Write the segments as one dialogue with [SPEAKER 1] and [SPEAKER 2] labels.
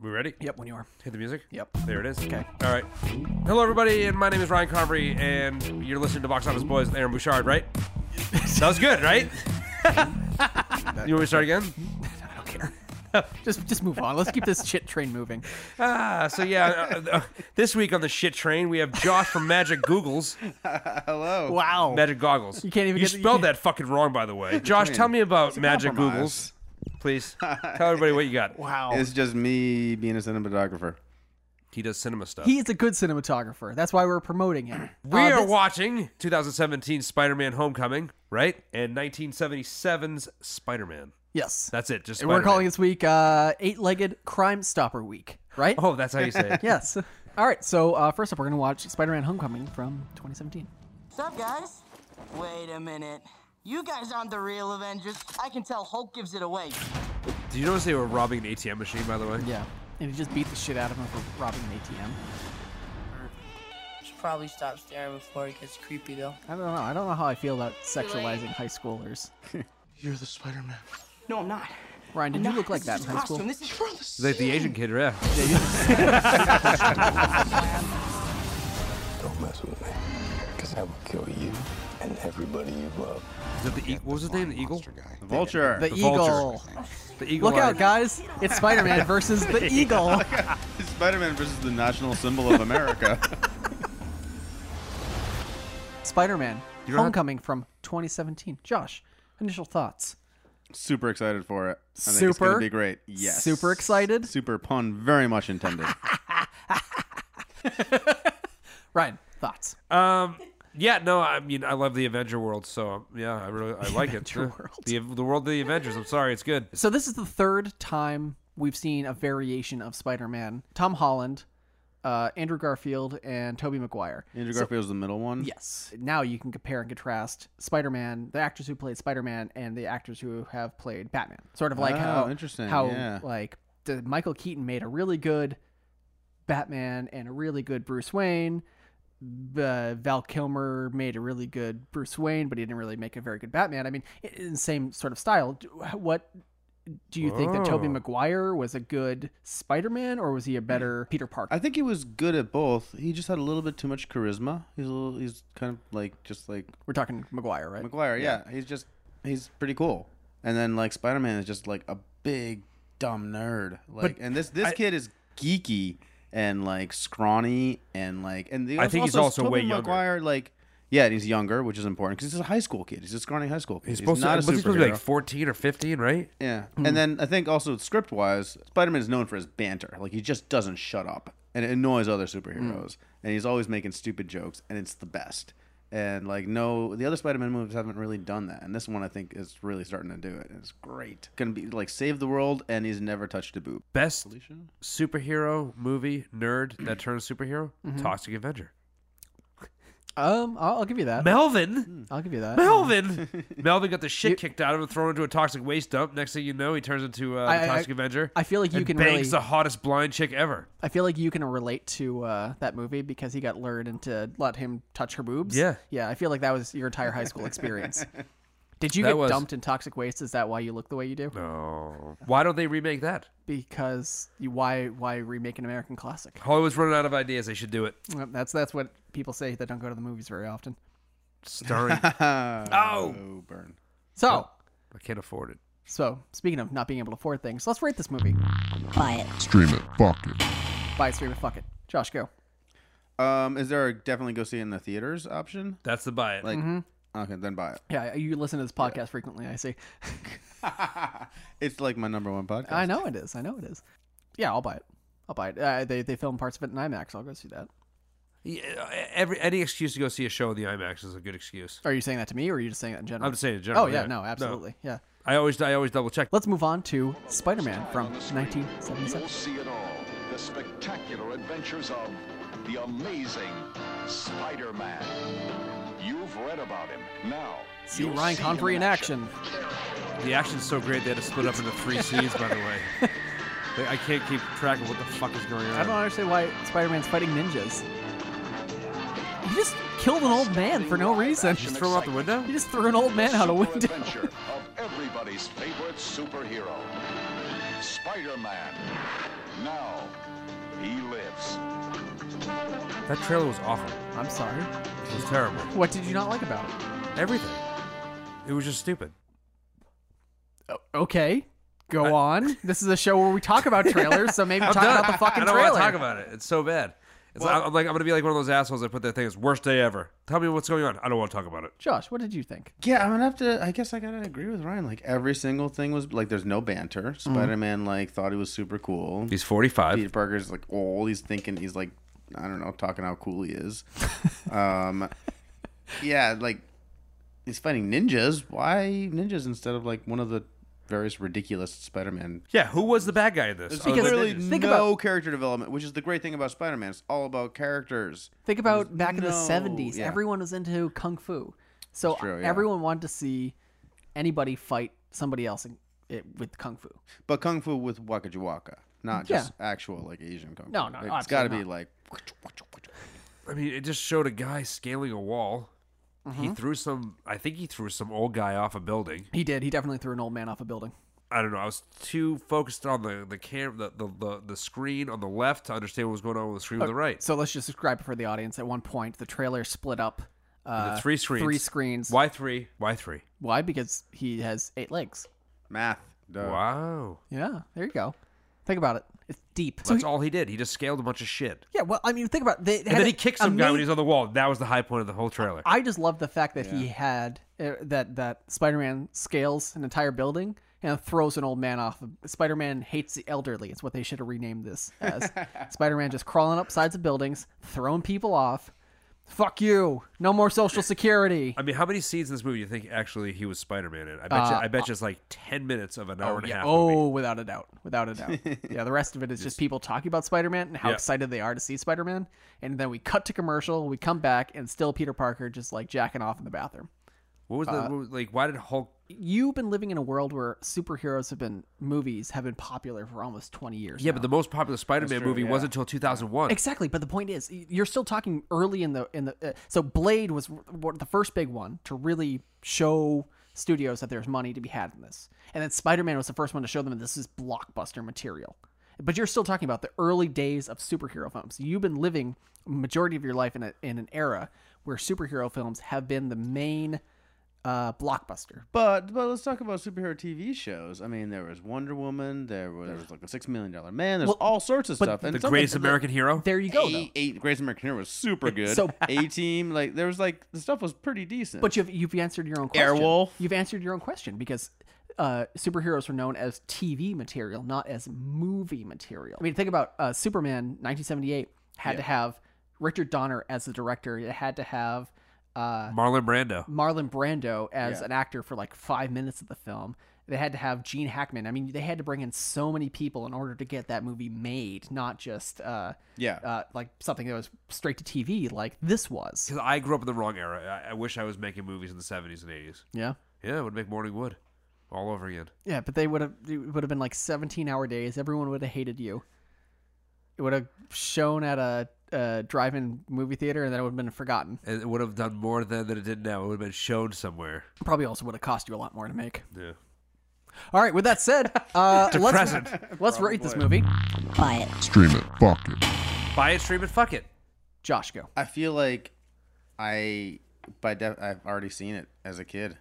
[SPEAKER 1] We ready?
[SPEAKER 2] Yep, when you are.
[SPEAKER 1] Hit the music?
[SPEAKER 2] Yep.
[SPEAKER 1] There it is.
[SPEAKER 2] Okay.
[SPEAKER 1] All right. Hello, everybody, and my name is Ryan Carvery, and you're listening to Box Office Boys with Aaron Bouchard, right? that was good, right? you want me to start again?
[SPEAKER 2] I don't care. just just move on. Let's keep this shit train moving.
[SPEAKER 1] Ah, so yeah, uh, uh, this week on the shit train, we have Josh from Magic Googles,
[SPEAKER 3] Hello.
[SPEAKER 2] Wow.
[SPEAKER 1] Magic Goggles.
[SPEAKER 2] You can't even
[SPEAKER 1] You
[SPEAKER 2] get the- you
[SPEAKER 1] spelled
[SPEAKER 2] can't-
[SPEAKER 1] that fucking wrong, by the way. Josh, tell me about Magic
[SPEAKER 3] compromise.
[SPEAKER 1] Googles, please. Tell everybody what you got.
[SPEAKER 2] wow.
[SPEAKER 3] It's just me being a cinematographer.
[SPEAKER 1] He does cinema stuff.
[SPEAKER 2] he is a good cinematographer. That's why we're promoting him.
[SPEAKER 1] We
[SPEAKER 2] Uh,
[SPEAKER 1] are
[SPEAKER 2] this-
[SPEAKER 1] watching 2017 Spider-Man: Homecoming, right? And 1977's Spider-Man.
[SPEAKER 2] yes.
[SPEAKER 1] That's it. Just
[SPEAKER 2] and we're
[SPEAKER 1] Spider-Man.
[SPEAKER 2] calling this week uh, Eight-Legged Crime Stopper Week, right?
[SPEAKER 1] Oh, that's how you say it.
[SPEAKER 2] Yes. All right. So uh, first up, we're gonna watch Spider-Man: Homecoming from 2017.
[SPEAKER 4] What's up, guys? Wait a minute. You guys aren't the real Avengers. I can tell Hulk gives it away.
[SPEAKER 1] Did you notice they were robbing an ATM machine, by the way?
[SPEAKER 2] Yeah. And he just beat the shit out of him for robbing an ATM.
[SPEAKER 5] Should probably stop staring before it gets creepy, though.
[SPEAKER 2] I don't know. I don't know how I feel about sexualizing high schoolers.
[SPEAKER 6] You're the Spider-Man.
[SPEAKER 4] No, I'm not.
[SPEAKER 2] Ryan, did you look like that in high school?
[SPEAKER 4] This is from the
[SPEAKER 1] Like the Asian kid, yeah.
[SPEAKER 7] Don't mess with me, because I will kill you and everybody you love.
[SPEAKER 1] Is that the e- what was his name? The eagle.
[SPEAKER 3] The vulture.
[SPEAKER 2] The,
[SPEAKER 1] vulture.
[SPEAKER 2] eagle.
[SPEAKER 1] The eagle.
[SPEAKER 2] Look out,
[SPEAKER 1] eyed-
[SPEAKER 2] guys! It's Spider-Man versus the eagle.
[SPEAKER 3] Spider-Man versus the national symbol of America.
[SPEAKER 2] Spider-Man:
[SPEAKER 1] You don't have-
[SPEAKER 2] Homecoming from 2017. Josh, initial thoughts.
[SPEAKER 3] Super excited for it. I think it's gonna
[SPEAKER 2] Super.
[SPEAKER 3] be great. Yes.
[SPEAKER 2] Super excited.
[SPEAKER 3] Super pun, very much intended.
[SPEAKER 2] Ryan, thoughts.
[SPEAKER 1] Yeah, no, I mean I love the Avenger world, so yeah, I really I like it.
[SPEAKER 2] Avenger
[SPEAKER 1] Uh,
[SPEAKER 2] world.
[SPEAKER 1] The the world of the Avengers. I'm sorry, it's good.
[SPEAKER 2] So this is the third time we've seen a variation of Spider-Man. Tom Holland, uh, Andrew Garfield, and Tobey Maguire.
[SPEAKER 3] Andrew Garfield's the middle one.
[SPEAKER 2] Yes. Now you can compare and contrast Spider-Man, the actors who played Spider-Man, and the actors who have played Batman. Sort of like
[SPEAKER 3] Oh,
[SPEAKER 2] how
[SPEAKER 3] interesting,
[SPEAKER 2] How
[SPEAKER 3] yeah.
[SPEAKER 2] like the, Michael Keaton made a really good Batman and a really good Bruce Wayne. Uh, Val Kilmer made a really good Bruce Wayne, but he didn't really make a very good Batman. I mean, i- in the same sort of style. Do- What do you think that Tobey
[SPEAKER 3] Oh.
[SPEAKER 1] Whoa.
[SPEAKER 2] Maguire was a good Spider-Man, or was he a better Peter Parker?
[SPEAKER 3] I think he was good at both. He just had a little bit too much charisma. He's a little he's kind of like just like
[SPEAKER 2] We're talking Maguire, right?
[SPEAKER 3] McGuire, yeah. He's just he's pretty cool. And then like Spider Man is just like a big dumb nerd. Like and this this kid is geeky and like scrawny and like and the,
[SPEAKER 1] I think he's also
[SPEAKER 3] Tobey
[SPEAKER 1] way younger.
[SPEAKER 3] Maguire, like yeah, and he's younger, which is important because he's a high school kid. He's a scrawny high school kid. He's, not
[SPEAKER 1] what's
[SPEAKER 3] a
[SPEAKER 1] he supposed to be
[SPEAKER 3] superhero.
[SPEAKER 1] like 14 or 15, right?
[SPEAKER 3] yeah, and then I think also script wise, Spider Man is known for his banter. Like he just doesn't shut up, and it annoys other superheroes. And he's always making stupid jokes, and it's the best. And like no, the other Spider Man movies haven't really done that, and this one I think is really starting to do it. And it's great. Gonna be like save the world, and he's never touched a boob.
[SPEAKER 1] Best superhero movie nerd that turns superhero.
[SPEAKER 2] Mm-hmm.
[SPEAKER 1] Toxic Avenger.
[SPEAKER 2] Um, I'll, I'll give you that.
[SPEAKER 1] Melvin.
[SPEAKER 2] I'll give you that.
[SPEAKER 1] Melvin. Melvin got the shit kicked out of him, thrown into a toxic waste dump. Next thing you know, he turns into uh,
[SPEAKER 2] I-
[SPEAKER 1] the
[SPEAKER 2] I-
[SPEAKER 1] Toxic Avenger.
[SPEAKER 2] I feel like you
[SPEAKER 1] and
[SPEAKER 2] can
[SPEAKER 1] bangs
[SPEAKER 2] really-
[SPEAKER 1] the hottest blind chick ever.
[SPEAKER 2] I feel like you can relate to uh, that movie because he got lured into let him touch her boobs.
[SPEAKER 1] Yeah.
[SPEAKER 2] yeah. I feel like that was your entire high school experience. Did you
[SPEAKER 1] That
[SPEAKER 2] get
[SPEAKER 1] was-
[SPEAKER 2] dumped in toxic waste? Is that why you look the way you do?
[SPEAKER 1] Oh, why don't they remake that?
[SPEAKER 2] Because you, why? Why remake an American classic?
[SPEAKER 1] Hollywood's running out of ideas. They should do it.
[SPEAKER 2] Well, That's that's what people say that don't go to the movies very often.
[SPEAKER 1] Starring.
[SPEAKER 3] oh, burn.
[SPEAKER 2] So,
[SPEAKER 1] I can't afford it.
[SPEAKER 2] so speaking of not being able to afford things, let's rate this movie.
[SPEAKER 8] Stream it. Fuck it.
[SPEAKER 2] Buy it, stream it, fuck it. Josh, go.
[SPEAKER 3] Um, is there a definitely go see it in the theaters option?
[SPEAKER 1] That's the buy it.
[SPEAKER 3] Like, okay, then buy it.
[SPEAKER 2] Yeah, you listen to this podcast frequently. I see.
[SPEAKER 3] It's like my number one podcast.
[SPEAKER 2] I know it is. I know it is. Yeah, I'll buy it. I'll buy it. Uh, they they film parts of it in IMAX. I'll go see that.
[SPEAKER 1] Yeah, every any excuse to go see a show in the IMAX is a good excuse.
[SPEAKER 2] Are you saying that to me, or are you just saying that in general?
[SPEAKER 1] I'm just saying in general.
[SPEAKER 2] Oh yeah, no, absolutely, yeah.
[SPEAKER 1] I always I always double check.
[SPEAKER 2] Let's move on to Spider-Man from 1977.
[SPEAKER 9] You'll see it all. The spectacular adventures of the amazing Spider-Man. You've read about him. Now,
[SPEAKER 2] See
[SPEAKER 9] you'll
[SPEAKER 2] Ryan
[SPEAKER 9] see him
[SPEAKER 2] Confrey in action.
[SPEAKER 1] The action's so great they had to split up into three scenes. By the way, Like, I can't keep track of what the fuck is going
[SPEAKER 2] I
[SPEAKER 1] on.
[SPEAKER 2] don't understand why Spider-Man's fighting ninjas. He just killed an old man for no reason.
[SPEAKER 1] Just throw him out the window.
[SPEAKER 2] He just threw an old man out a
[SPEAKER 9] Super
[SPEAKER 2] window.
[SPEAKER 9] adventure of everybody's favorite superhero, Spider-Man. Now, he lives.
[SPEAKER 1] That trailer was awful.
[SPEAKER 2] I'm sorry.
[SPEAKER 1] It was terrible.
[SPEAKER 2] What did you not like about it?
[SPEAKER 1] Everything. It was just stupid.
[SPEAKER 2] Okay. Go on. This is a show where we talk about trailers, so maybe talk
[SPEAKER 1] done.
[SPEAKER 2] about the fucking
[SPEAKER 1] I don't
[SPEAKER 2] trailer.
[SPEAKER 1] want to talk about it. It's so bad. It's like, I'm like I'm gonna be like one of those assholes that put that thing. It's worst day ever. Tell me what's going on. I don't want to talk about it.
[SPEAKER 2] Josh, what did you think?
[SPEAKER 3] Yeah, I'm gonna have to. I guess I gotta agree with Ryan. Like every single thing was like, there's no banter. Spider-Man like thought Mm-hmm. he was super cool.
[SPEAKER 1] He's 45.
[SPEAKER 3] Peter Parker's like old. He's thinking he's like, I don't know, talking how cool he is. um, yeah, like he's fighting ninjas. Why ninjas instead of like one of the various ridiculous Spider-Man?
[SPEAKER 1] yeah, who was the bad guy in this?
[SPEAKER 2] Because-
[SPEAKER 1] Other
[SPEAKER 3] Clearly,
[SPEAKER 1] than ninjas.
[SPEAKER 2] think
[SPEAKER 3] no
[SPEAKER 2] about-
[SPEAKER 3] character development, which is the great thing about Spider-Man. It's all about characters.
[SPEAKER 2] Think about back in the
[SPEAKER 3] no,
[SPEAKER 2] 70s.
[SPEAKER 3] yeah.
[SPEAKER 2] Everyone was into kung fu. So
[SPEAKER 3] true, yeah.
[SPEAKER 2] everyone wanted to see anybody fight somebody else in, it, with kung fu.
[SPEAKER 3] But kung fu with waka waka, not
[SPEAKER 2] Yeah.
[SPEAKER 3] just actual like Asian kung fu.
[SPEAKER 2] No, no,
[SPEAKER 3] it's got to
[SPEAKER 2] absolutely
[SPEAKER 3] be like.
[SPEAKER 1] I mean, it just showed a guy scaling a wall.
[SPEAKER 2] Mm-hmm.
[SPEAKER 1] He threw some. I think he threw some old guy off a building.
[SPEAKER 2] He did. He definitely threw an old man off a building.
[SPEAKER 1] I don't know. I was too focused on the the cam the the, the, the screen on the left to understand what was going on with the screen on the right.
[SPEAKER 2] So let's just describe it for the audience. At one point, the trailer split up. Uh,
[SPEAKER 1] the three screens.
[SPEAKER 2] Three screens.
[SPEAKER 1] Why three? Why three?
[SPEAKER 2] Why? Because he has eight legs.
[SPEAKER 3] Math. Duh.
[SPEAKER 2] Oh.
[SPEAKER 1] Wow.
[SPEAKER 2] Yeah, there you go. Think about it. It's deep. So
[SPEAKER 1] That's
[SPEAKER 2] he-
[SPEAKER 1] all he did. He just scaled a bunch of shit.
[SPEAKER 2] yeah, well, I mean, think about it. They
[SPEAKER 1] And then he kicked some guy when he's on the wall. That was the high point of the whole trailer.
[SPEAKER 2] I just love the fact that he had uh, that that Spider-Man scales an entire building and throws an old man off. Spider-Man hates the elderly. It's what they should have renamed this as. Spider-Man just crawling up sides of buildings, throwing people off. Fuck you. No more social security.
[SPEAKER 1] I mean, how many scenes in this movie do you think actually he was Spider Man in? I bet you, I bet you it's like ten minutes of an hour and a
[SPEAKER 2] Yeah,
[SPEAKER 1] half.
[SPEAKER 2] oh,
[SPEAKER 1] movie.
[SPEAKER 2] without a doubt, without a doubt. yeah, the rest of it is just people talking about Spider-Man and how
[SPEAKER 1] Yeah.
[SPEAKER 2] excited they are to see Spider-Man, and then we cut to commercial, we come back, and still Peter Parker just like jacking off in the bathroom.
[SPEAKER 1] What was the what was- like? Why did Hulk?
[SPEAKER 2] You've been living in a world where superheroes have been movies have been popular for almost twenty years.
[SPEAKER 1] Yeah,
[SPEAKER 2] now.
[SPEAKER 1] but the most popular Spider Man movie wasn't until two thousand one.
[SPEAKER 2] Exactly, but the point is, y- you're still talking early in the in the. Uh, so Blade was w- w- the first big one to really show studios that there's money to be had in this, and then Spider-Man was the first one to show them that this is blockbuster material. But you're still talking about the early days of superhero films. You've been living majority of your life in a, in an era where superhero films have been the main uh, blockbuster.
[SPEAKER 3] But but let's talk about superhero TV shows. I mean, there was Wonder Woman. There was, there was like the Six Million Dollar Man. There's all sorts of stuff. And
[SPEAKER 1] the
[SPEAKER 3] some of
[SPEAKER 1] greatest American hero.
[SPEAKER 2] There you go, though.
[SPEAKER 3] Eight, eight Greatest American Hero was super good.
[SPEAKER 2] So-
[SPEAKER 3] A Team, like there was like the stuff was pretty decent.
[SPEAKER 2] But you've you've answered your own question.
[SPEAKER 3] Airwolf.
[SPEAKER 2] You've answered your own question because uh, superheroes are known as TV material, not as movie material. I mean, think about uh, Superman, 1978 had to have Richard Donner as the director. It had to have uh,
[SPEAKER 1] Marlon Brando.
[SPEAKER 2] Marlon Brando as an actor for like five minutes of the film. They had to have Gene Hackman. I mean, they had to bring in so many people in order to get that movie made, not just uh,
[SPEAKER 3] Yeah.
[SPEAKER 2] uh, like something that was straight to TV, like this was.
[SPEAKER 1] Because I grew up in the wrong era. I, I wish I was making movies in the seventies and eighties.
[SPEAKER 2] Yeah.
[SPEAKER 1] Yeah, it would make Morning Wood all over again.
[SPEAKER 2] Yeah, but they would have it would have been like 17 hour days. Everyone would have hated you. It would have shown at a, a drive-in movie theater, and then it would have been forgotten.
[SPEAKER 1] And it would have done more then than it did now. It would have been shown somewhere.
[SPEAKER 2] Probably also would have cost you a lot more to make.
[SPEAKER 1] Yeah.
[SPEAKER 2] All right. With that said, uh, let's
[SPEAKER 1] Depressing.
[SPEAKER 2] let's rate this movie.
[SPEAKER 5] Quiet.
[SPEAKER 8] Stream it. Fuck it.
[SPEAKER 1] Buy it, stream it, fuck it.
[SPEAKER 2] Josh, go.
[SPEAKER 3] I feel like I by def- I've already seen it as a kid,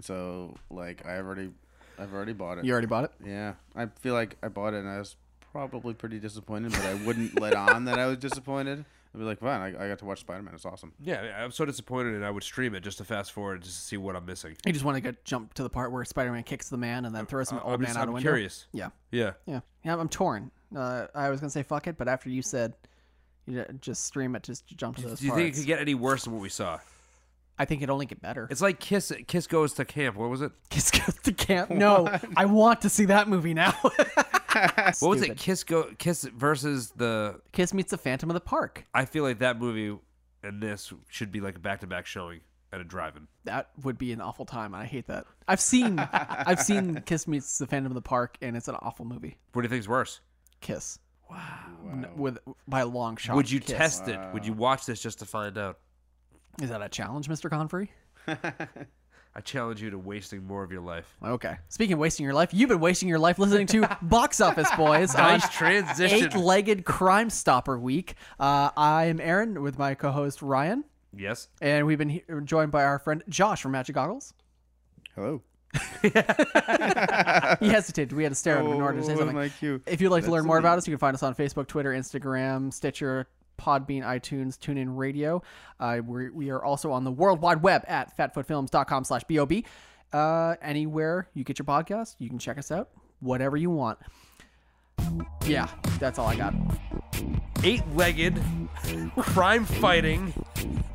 [SPEAKER 3] so like I've already I've already bought it.
[SPEAKER 2] You already bought it.
[SPEAKER 3] Yeah, I feel like I bought it and I was probably pretty disappointed, but I wouldn't let on that I was disappointed. I'd be like, fine, I, I got to watch Spider Man. It's awesome.
[SPEAKER 1] Yeah, I'm so disappointed, and I would stream it just to fast forward just to see what I'm missing.
[SPEAKER 2] You just want to go jump to the part where Spider-Man kicks the man and then throws some
[SPEAKER 1] I- Uh,
[SPEAKER 2] old
[SPEAKER 1] I'm
[SPEAKER 2] Oh, man
[SPEAKER 1] just-
[SPEAKER 2] out a
[SPEAKER 1] I'm
[SPEAKER 2] window.
[SPEAKER 1] curious.
[SPEAKER 2] Yeah,
[SPEAKER 1] Yeah.
[SPEAKER 2] yeah, yeah. I'm torn. Uh, I was gonna say fuck it, but after you said, you ju- just stream it, just jump to those
[SPEAKER 1] Do you
[SPEAKER 2] parts.
[SPEAKER 1] think it could get any worse than what we saw?
[SPEAKER 2] I think it'd only get better.
[SPEAKER 1] It's like Kiss. Kiss goes to camp. What was it?
[SPEAKER 2] Kiss Goes to Camp. No, I want to see that movie now.
[SPEAKER 1] What was it? Kiss go. Kiss versus the.
[SPEAKER 2] Kiss meets the Phantom of the Park.
[SPEAKER 1] I feel like that movie and this should be like a back to back showing at a drive-in.
[SPEAKER 2] That would be an awful time, and I hate that. I've seen, I've seen Kiss meets the Phantom of the Park, and it's an awful movie.
[SPEAKER 1] What do you think's worse?
[SPEAKER 2] Kiss. Wow. with by a long shot.
[SPEAKER 1] Would you
[SPEAKER 2] Kiss.
[SPEAKER 1] test it? Would you watch this just to find out?
[SPEAKER 2] Is that a challenge, Mister Confrey?
[SPEAKER 1] I challenge you to wasting more of your life.
[SPEAKER 2] Okay. Speaking of wasting your life, you've been wasting your life listening to Box Office Boys.
[SPEAKER 1] Nice
[SPEAKER 2] on
[SPEAKER 1] transition.
[SPEAKER 2] Eight-legged Crime Stopper Week. Uh, I'm Aaron with my co-host Ryan,
[SPEAKER 1] Yes.
[SPEAKER 2] and we've been he- joined by our friend Josh from Magic Goggles.
[SPEAKER 3] Hello.
[SPEAKER 2] He hesitated. We had to stare at him in order to say
[SPEAKER 3] Oh,
[SPEAKER 2] something.
[SPEAKER 3] my cue.
[SPEAKER 2] If you'd like to learn more about us, you can find us on Facebook, Twitter, Instagram, Stitcher, Podbean, iTunes, TuneIn Radio. Uh, we we are also on the World Wide Web at fatfootfilms.com slash BOB. Uh, anywhere you get your podcast, you can check us out, whatever you want. Yeah, that's all I got.
[SPEAKER 1] Eight legged, crime fighting,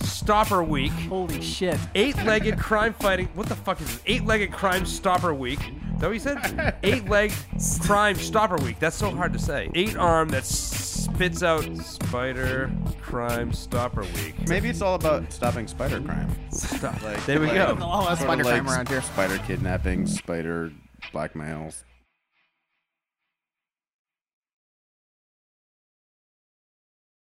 [SPEAKER 1] stopper week.
[SPEAKER 2] Holy shit.
[SPEAKER 1] Eight legged crime fighting. What the fuck is this? Eight legged crime stopper week. Is that what you said? Eight legged crime stopper week. That's so hard to say. Eight arm that spits out spider crime stopper week.
[SPEAKER 3] Maybe it's all about stopping spider crime.
[SPEAKER 1] There we
[SPEAKER 3] like-
[SPEAKER 1] go.
[SPEAKER 2] All that
[SPEAKER 3] Sort of
[SPEAKER 2] spider crime
[SPEAKER 3] like
[SPEAKER 2] around here.
[SPEAKER 3] Spider kidnapping, spider blackmail,